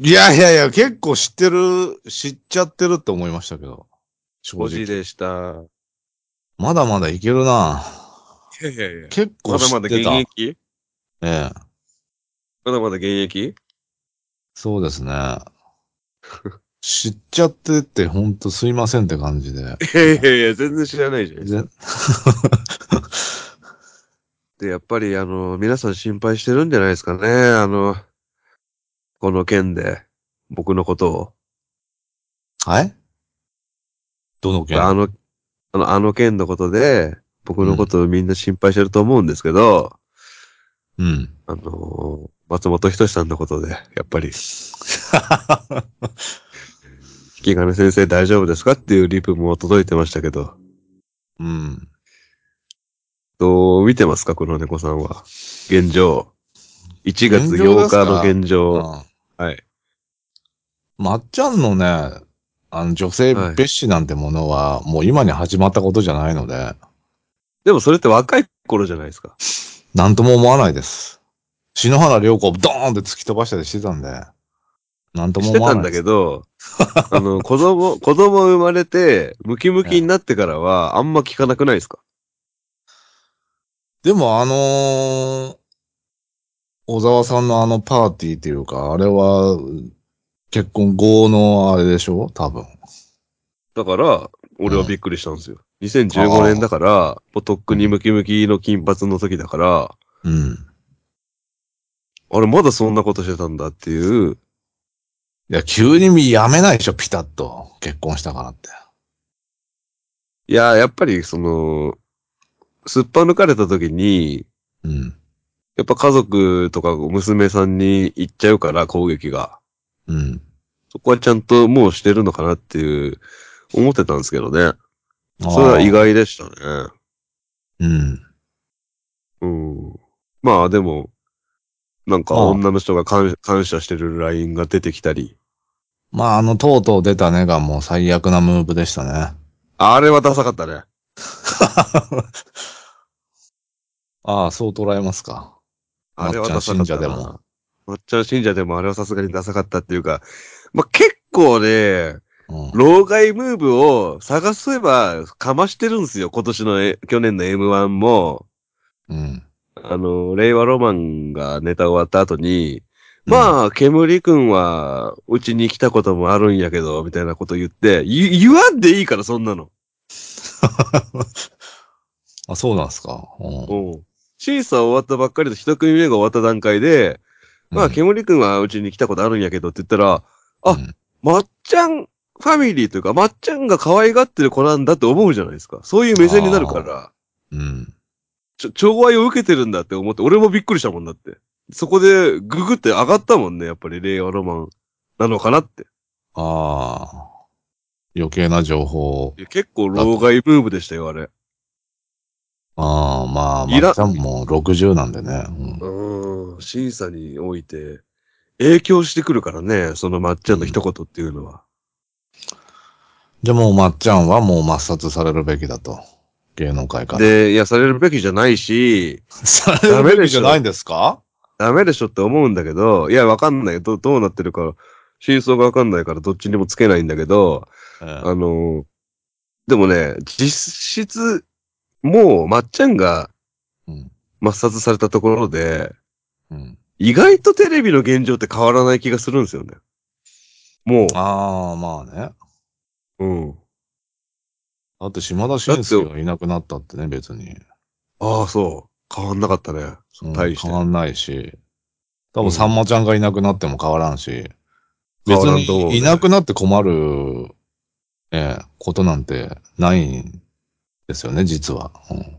[SPEAKER 2] いやいやいや、結構知ってる、知っちゃってるって思いましたけど。正
[SPEAKER 1] おじ
[SPEAKER 2] 直。
[SPEAKER 1] でした。
[SPEAKER 2] まだまだいけるな。
[SPEAKER 1] いやいやいや。
[SPEAKER 2] 結構
[SPEAKER 1] ま
[SPEAKER 2] 知
[SPEAKER 1] だまだ
[SPEAKER 2] って
[SPEAKER 1] 現
[SPEAKER 2] た。え
[SPEAKER 1] 役
[SPEAKER 2] え。
[SPEAKER 1] まだまだ現役
[SPEAKER 2] そうですね。知っちゃってって、ほんとすいませんって感じで。
[SPEAKER 1] いやいやいや、 [laughs] 全然知らないじゃん。
[SPEAKER 2] ぜ
[SPEAKER 1] で、やっぱり、あの、皆さん心配してるんじゃないですかね。あの、この件で、僕のことを。
[SPEAKER 2] はいどの件
[SPEAKER 1] あの、あの、あの件のことで、僕のことをみんな心配してると思うんですけど、
[SPEAKER 2] うん。
[SPEAKER 1] あのー松本人志さんのことで、やっぱり、引き金先生大丈夫ですかっていうリプも届いてましたけど、
[SPEAKER 2] [laughs] うん。
[SPEAKER 1] どう見てますかこの猫さんは。現状。1月
[SPEAKER 2] 現状で
[SPEAKER 1] 8
[SPEAKER 2] すか
[SPEAKER 1] 日の現状。
[SPEAKER 2] あ
[SPEAKER 1] はい。
[SPEAKER 2] まっちゃんのね、あの女性蔑視なんてものは、もう今に始まったことじゃないので、
[SPEAKER 1] でもそれって若い頃じゃないですか。
[SPEAKER 2] なんとも思わないです。篠原涼子をドーンって突き飛ばしたりしてたんで、なんとも
[SPEAKER 1] して
[SPEAKER 2] 思わ
[SPEAKER 1] た
[SPEAKER 2] なん
[SPEAKER 1] だ
[SPEAKER 2] いです
[SPEAKER 1] け。ど、あの、子供、子供生まれて、ムキムキになってからは、あんま聞かなくないですか
[SPEAKER 2] でもあのー小沢さんのあのパーティーっていうか、あれは、結婚後のあれでしょ多分。
[SPEAKER 1] だから、俺はびっくりしたんですよ。2015年だから、もうとっくにムキムキの金髪の時だから、
[SPEAKER 2] うん。
[SPEAKER 1] あれまだそんなことしてたんだっていう、
[SPEAKER 2] いや、急にやめないでしょピタッと。結婚したからって。
[SPEAKER 1] いや、やっぱりその、すっぱ抜かれた時に、
[SPEAKER 2] うん。
[SPEAKER 1] やっぱ家族とか娘さんに行っちゃうから攻撃が。
[SPEAKER 2] うん。
[SPEAKER 1] そこはちゃんともうしてるのかなっていう、思ってたんですけどね。それは意
[SPEAKER 2] あ
[SPEAKER 1] 外でしたね。
[SPEAKER 2] ー。うん。
[SPEAKER 1] うん。まあでも、なんか
[SPEAKER 2] ああ
[SPEAKER 1] 女の人が感感謝してるラインが出てきたり。
[SPEAKER 2] まあ、あの、とうとう出たねがもう最悪なムーブでしたね。 [laughs]
[SPEAKER 1] あれはダサかったね。
[SPEAKER 2] ああ、そう捉えますか。
[SPEAKER 1] あれはダサか
[SPEAKER 2] ま
[SPEAKER 1] っ
[SPEAKER 2] っちゃ
[SPEAKER 1] た
[SPEAKER 2] ん信者でも
[SPEAKER 1] な。まっちゃん信者でもあれはさすがにダサかったっていうか、まあ結構ね、
[SPEAKER 2] うん。
[SPEAKER 1] 老害ムーブを探せばかましてるんですよ。今年の、え去年の M1 も、
[SPEAKER 2] うん。
[SPEAKER 1] あの、令和ロマンがネタ終わった後に、まあ、煙くんは、うちに来たこともあるんやけど、みたいなこと言って、ゆ言わんでいいから、そんなの。
[SPEAKER 2] [laughs] あ、そうなんですか。うん
[SPEAKER 1] うん。審査終わったばっかりと一組目が終わった段階で、まあ、煙くんはうちに来たことあるんやけどって言ったら、あ
[SPEAKER 2] うん
[SPEAKER 1] まっちゃんファミリーというか、まっちゃんが可愛がってる子なんだって思うじゃないですか。そういう目線になるから、
[SPEAKER 2] うん。
[SPEAKER 1] ちょ、寵愛を受けてるんだって思って、俺もびっくりしたもんだって。そこで、ググって上がったもんね、やっぱり、令和ロマンなのかなって。
[SPEAKER 2] ああ。余計な情報。
[SPEAKER 1] いや結構、老害ムーブでしたよ、あれ。
[SPEAKER 2] ああ、まあ、
[SPEAKER 1] いら
[SPEAKER 2] まっちゃんも60なんでね。うん
[SPEAKER 1] うん、審査において、影響してくるからね、そのまっちゃんの一言っていうのは。
[SPEAKER 2] じゃあもうまっちゃんはもう抹殺されるべきだと。芸能界から。
[SPEAKER 1] で、いや、されるべきじゃないし、
[SPEAKER 2] されるべきじゃないんですか
[SPEAKER 1] ダメでしょって思うんだけど、いや、わかんない。ど、どうなってるか、真相がわかんないからどっちにもつけないんだけど、
[SPEAKER 2] ええ
[SPEAKER 1] あの、でもね、実質、もう、まっちゃんが
[SPEAKER 2] うん
[SPEAKER 1] 抹殺されたところで、
[SPEAKER 2] うん
[SPEAKER 1] 意外とテレビの現状って変わらない気がするんですよね。も
[SPEAKER 2] ああ、まあね。
[SPEAKER 1] う、うん。
[SPEAKER 2] だって島田紳介がいなくなったってね、別に。
[SPEAKER 1] ああ、そう。変わんなかったね。
[SPEAKER 2] うん
[SPEAKER 1] 大して
[SPEAKER 2] 変わんないし。多分さんまちゃんがいなくなっても変わらんし。
[SPEAKER 1] 変
[SPEAKER 2] 別
[SPEAKER 1] わらんと思うね
[SPEAKER 2] にいなくなって困る、ええ、ことなんてないんですよね、実は。うん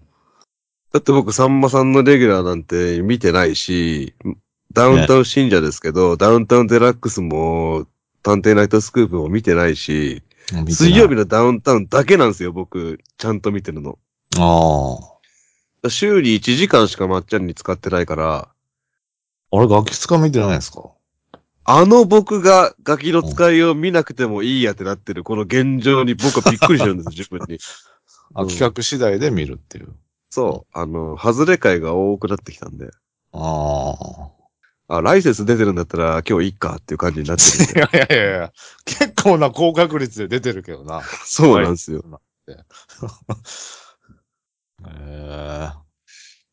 [SPEAKER 1] だって僕、さんまさんのレギュラーなんて見てないし、ダウンタウン信者ですけど、ダウンタウンデラックスも、探偵ナイトスクープも見てないし、水曜日。のダウンタウンだけなんですよ、僕、ちゃんと見てるの。
[SPEAKER 2] あ
[SPEAKER 1] 修理1時間しかまっちゃんに使ってないから、
[SPEAKER 2] あ。あれ、ガキ使見てないんですか
[SPEAKER 1] あの僕がガキの使いを見なくてもいいやってなってる、この現状に僕はびっくりしてるんですよ、
[SPEAKER 2] [laughs]
[SPEAKER 1] 自分に。
[SPEAKER 2] あ、
[SPEAKER 1] うん
[SPEAKER 2] 企画次第で見るっていう。
[SPEAKER 1] そう、あの、外れ会が多くなってきたんで、
[SPEAKER 2] あ
[SPEAKER 1] あ、ライセンス出てるんだったら今日いいかっていう感じになってるん
[SPEAKER 2] [laughs]
[SPEAKER 1] で。
[SPEAKER 2] あ。いやいやいやいや、結構な高確率で出てるけどな。
[SPEAKER 1] そうなんですよ。
[SPEAKER 2] へ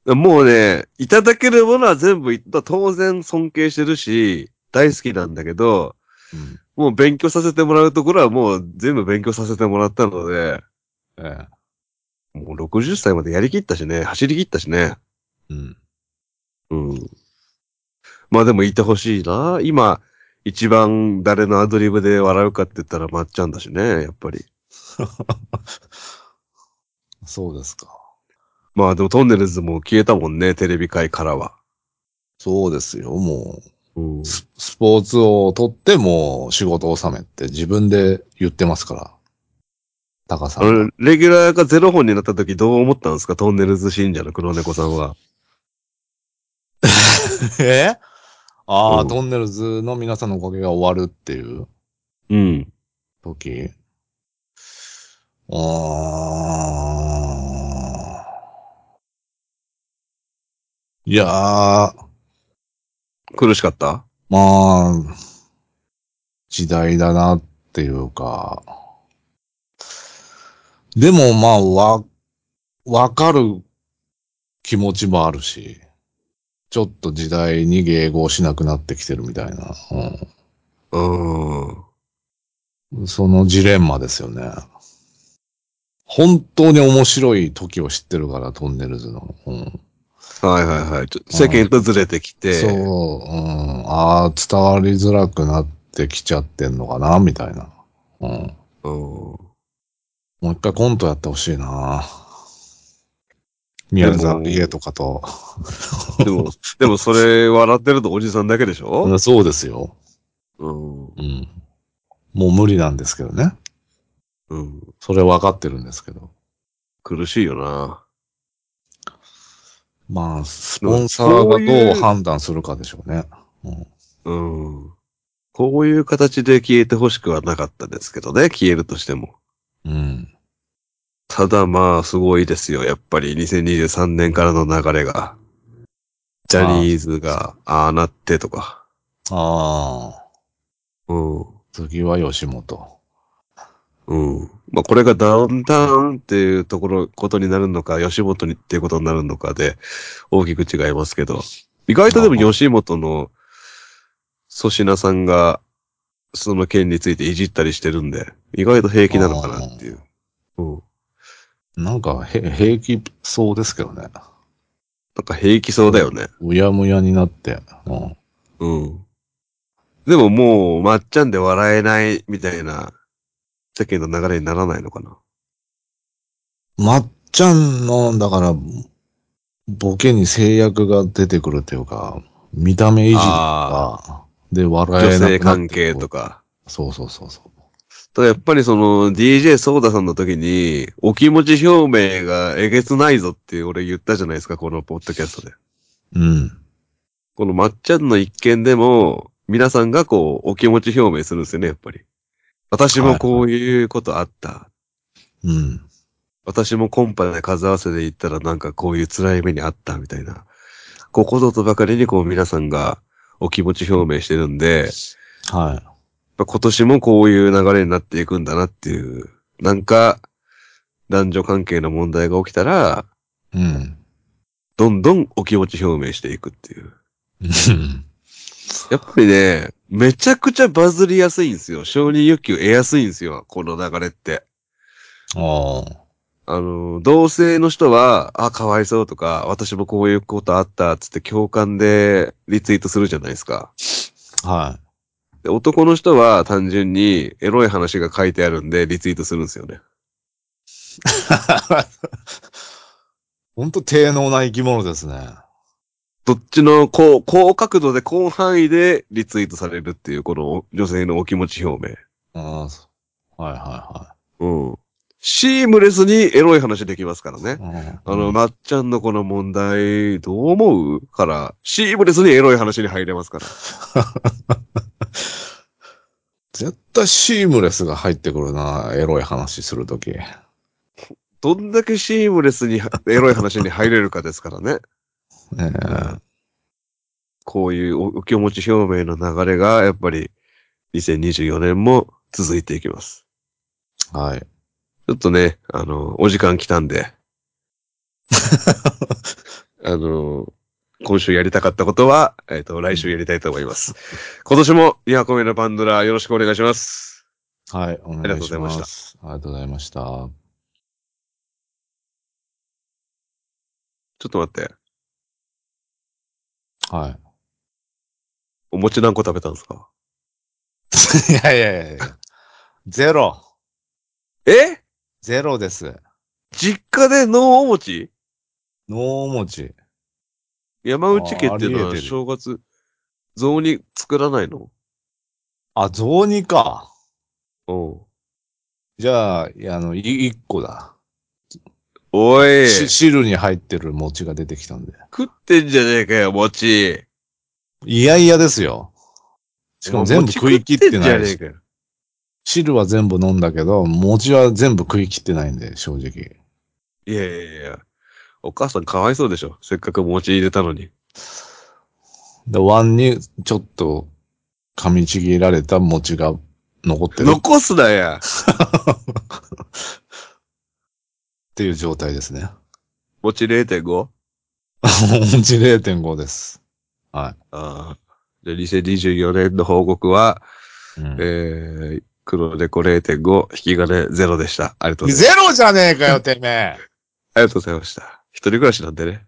[SPEAKER 2] え。
[SPEAKER 1] もうね、いただけるものは全部い、当然尊敬してるし、大好きなんだけど、
[SPEAKER 2] うん
[SPEAKER 1] もう勉強させてもらうところはもう全部勉強させてもらったので、
[SPEAKER 2] ええ。
[SPEAKER 1] もう60歳までやりきったしね、走りきったしね。
[SPEAKER 2] うん。
[SPEAKER 1] うん。まあでもいてほしいな。今、一番誰のアドリブで笑うかって言ったらまっちゃんだしね、やっぱり。
[SPEAKER 2] そうですか。
[SPEAKER 1] まあでもトンネルズも消えたもんね、テレビ界からは。
[SPEAKER 2] そうですよ、もう。
[SPEAKER 1] うん。
[SPEAKER 2] ススポーツを取ってもう仕事を納めって自分で言ってますから。タカさ
[SPEAKER 1] あ
[SPEAKER 2] ん。
[SPEAKER 1] の、レギュラーがゼロ本になった時どう思ったんですかトンネルズ信者の黒猫さんは。
[SPEAKER 2] え [laughs] ああ、
[SPEAKER 1] うん
[SPEAKER 2] トンネルズの皆さんのおかげが終わるっていう
[SPEAKER 1] うん。
[SPEAKER 2] 時。うーん。いやー、
[SPEAKER 1] 苦しかった
[SPEAKER 2] まあ、時代だなっていうか。でもまあ、わ、わかる気持ちもあるし、ちょっと時代に迎合しなくなってきてるみたいな、
[SPEAKER 1] うーん。
[SPEAKER 2] うん、そのジレンマですよね。本当に面白い時を知ってるから、トンネルズの。うん、
[SPEAKER 1] はいはいはい。ちょ世間とずれてきて。
[SPEAKER 2] そう、うん、ああ、伝わりづらくなってきちゃってんのかな、みたいな。うん
[SPEAKER 1] うん。
[SPEAKER 2] もう一回コントやってほしいな宮根さ
[SPEAKER 1] で
[SPEAKER 2] んの
[SPEAKER 1] も
[SPEAKER 2] 家とかと。
[SPEAKER 1] でも、 [laughs] でもそれ笑ってるとおじさんだけでしょ、
[SPEAKER 2] そうですよ。
[SPEAKER 1] うん、
[SPEAKER 2] うん。もう無理なんですけどね。
[SPEAKER 1] うん。
[SPEAKER 2] それ分かってるんですけど。
[SPEAKER 1] 苦しいよな。
[SPEAKER 2] まあ、スポンサーがどう判断するかでしょうね。うん
[SPEAKER 1] うん。こういう形で消えてほしくはなかったですけどね、消えるとしても。
[SPEAKER 2] うん。
[SPEAKER 1] ただまあ、すごいですよ。やっぱり2023年からの流れが。ジャニーズが、ああなってとか。
[SPEAKER 2] ああ、
[SPEAKER 1] うん。
[SPEAKER 2] 次は吉本。
[SPEAKER 1] うん。まあ、これがダウンタウンっていうところ、ことになるのか、吉本にっていうことになるのかで、大きく違いますけど。意外とでも吉本の粗品さんが、その件についていじったりしてるんで、意外と平気なのかなっていう。うん。
[SPEAKER 2] なんか、へ、平気そうですけどね。
[SPEAKER 1] なんか平気そうだよね。
[SPEAKER 2] うやむやになって。うん。
[SPEAKER 1] うん。でももう、まっちゃんで笑えないみたいな世間の流れにならないのかな。
[SPEAKER 2] まっちゃんの、だから、ボケに制約が出てくるっていうか、見た目いじりとか、で笑
[SPEAKER 1] 女
[SPEAKER 2] えなくなっ
[SPEAKER 1] 性
[SPEAKER 2] て
[SPEAKER 1] 関係と。か。
[SPEAKER 2] そうそうそうそう。
[SPEAKER 1] ただやっぱりその DJ ソーダさんの時に、お気持ち表明がえげつないぞって俺言ったじゃないですか、このポッドキャストで。
[SPEAKER 2] うん。
[SPEAKER 1] このまっちゃんの一件でも、皆さんがこう、お気持ち表明するんですよね、やっぱり。私もこういうことあった。
[SPEAKER 2] うん。
[SPEAKER 1] 私もコンパで数合わせで行ったらなんかこういう辛い目にあったみたいな。ここぞとばかりにこう皆さんがお気持ち表明してるんで、
[SPEAKER 2] はい。
[SPEAKER 1] まあ今年もこういう流れになっていくんだなっていう。なんか、男女関係の問題が起きたら、
[SPEAKER 2] うん。 [laughs]
[SPEAKER 1] どんどんお気持ち表明していくっていう。
[SPEAKER 2] うん
[SPEAKER 1] やっぱりね、めちゃくちゃバズりやすいんですよ。承認欲求得やすいんですよ。この流れって。
[SPEAKER 2] ああ。
[SPEAKER 1] あの、同性の人は、あ、かわいそうとか、私もこういうことあった、つって共感でリツイートするじゃないですか。
[SPEAKER 2] [laughs] は
[SPEAKER 1] で男の人は単純にエロい話が書いてあるんでリツイートするんですよね。
[SPEAKER 2] い。ほんと低能な生き物ですね。
[SPEAKER 1] どっちの、こう、高角度で、広範囲でリツイートされるっていう、この女性のお気持ち表
[SPEAKER 2] ああ、そうはいは
[SPEAKER 1] 明。うん。シームレスにエロい話できますからね
[SPEAKER 2] い。はい。
[SPEAKER 1] あの、、まっちゃんのこの問題、どう思うから、シームレスにエロい話に入れますから。
[SPEAKER 2] 絶対シームレスが入ってくるな、エロい話するとき。
[SPEAKER 1] どんだけシームレスにエロい話に入れるかですからね。
[SPEAKER 2] ええ
[SPEAKER 1] こういうおお気持ち表明の流れが、やっぱり、2024年も続いていきます。
[SPEAKER 2] はい。
[SPEAKER 1] ちょっとね、あの、お時間来たん
[SPEAKER 2] [laughs]
[SPEAKER 1] で。あの、今週やりたかったことは、えっ、と、来週やりたいと思います。今年も、イヤコメのパンドラよろしくお願いします。
[SPEAKER 2] はい、お
[SPEAKER 1] りが
[SPEAKER 2] 願
[SPEAKER 1] とうご
[SPEAKER 2] いし
[SPEAKER 1] ざいました
[SPEAKER 2] ます。ありがとうございました。は
[SPEAKER 1] ちょっと待って、
[SPEAKER 2] い。
[SPEAKER 1] お餅何個食べたんですか
[SPEAKER 2] [laughs] いやいやいやいや。ゼロ。
[SPEAKER 1] え
[SPEAKER 2] ゼロです。
[SPEAKER 1] 実家で脳お餅
[SPEAKER 2] 脳持ち。
[SPEAKER 1] 山内家っていうの
[SPEAKER 2] あありえ
[SPEAKER 1] は
[SPEAKER 2] てる
[SPEAKER 1] 正月、雑煮作らないの
[SPEAKER 2] あ、雑煮か。
[SPEAKER 1] うん。
[SPEAKER 2] じゃあ、いやあの、い一個だ。
[SPEAKER 1] おい、
[SPEAKER 2] し汁に入ってる餅が出てきたんで。
[SPEAKER 1] 食ってんじゃねえかよ、餅。
[SPEAKER 2] いやいやですよ。しかも全部食い切ってな
[SPEAKER 1] お餅食ってん
[SPEAKER 2] い
[SPEAKER 1] じゃねえ
[SPEAKER 2] し。
[SPEAKER 1] かよ。
[SPEAKER 2] 汁は全部飲んだけど、餅は全部食い切ってないんで、正直。
[SPEAKER 1] いやいやいや。お母さんかわいそうでしょ。せっかく餅入れたのに。
[SPEAKER 2] で、碗にちょっと噛みちぎられた餅が残ってるっ
[SPEAKER 1] 残すなや。
[SPEAKER 2] ていう状態ですね。
[SPEAKER 1] 餅 0.5?
[SPEAKER 2] 餅0.5です。は
[SPEAKER 1] ああ。じゃあ2024年の報告は、
[SPEAKER 2] い。うん
[SPEAKER 1] えー、黒猫0.5、引き金0でした。ありがとうございます。
[SPEAKER 2] ゼロじゃねえかよ、てめえ
[SPEAKER 1] ありがとうございました。一人暮らしなんでね。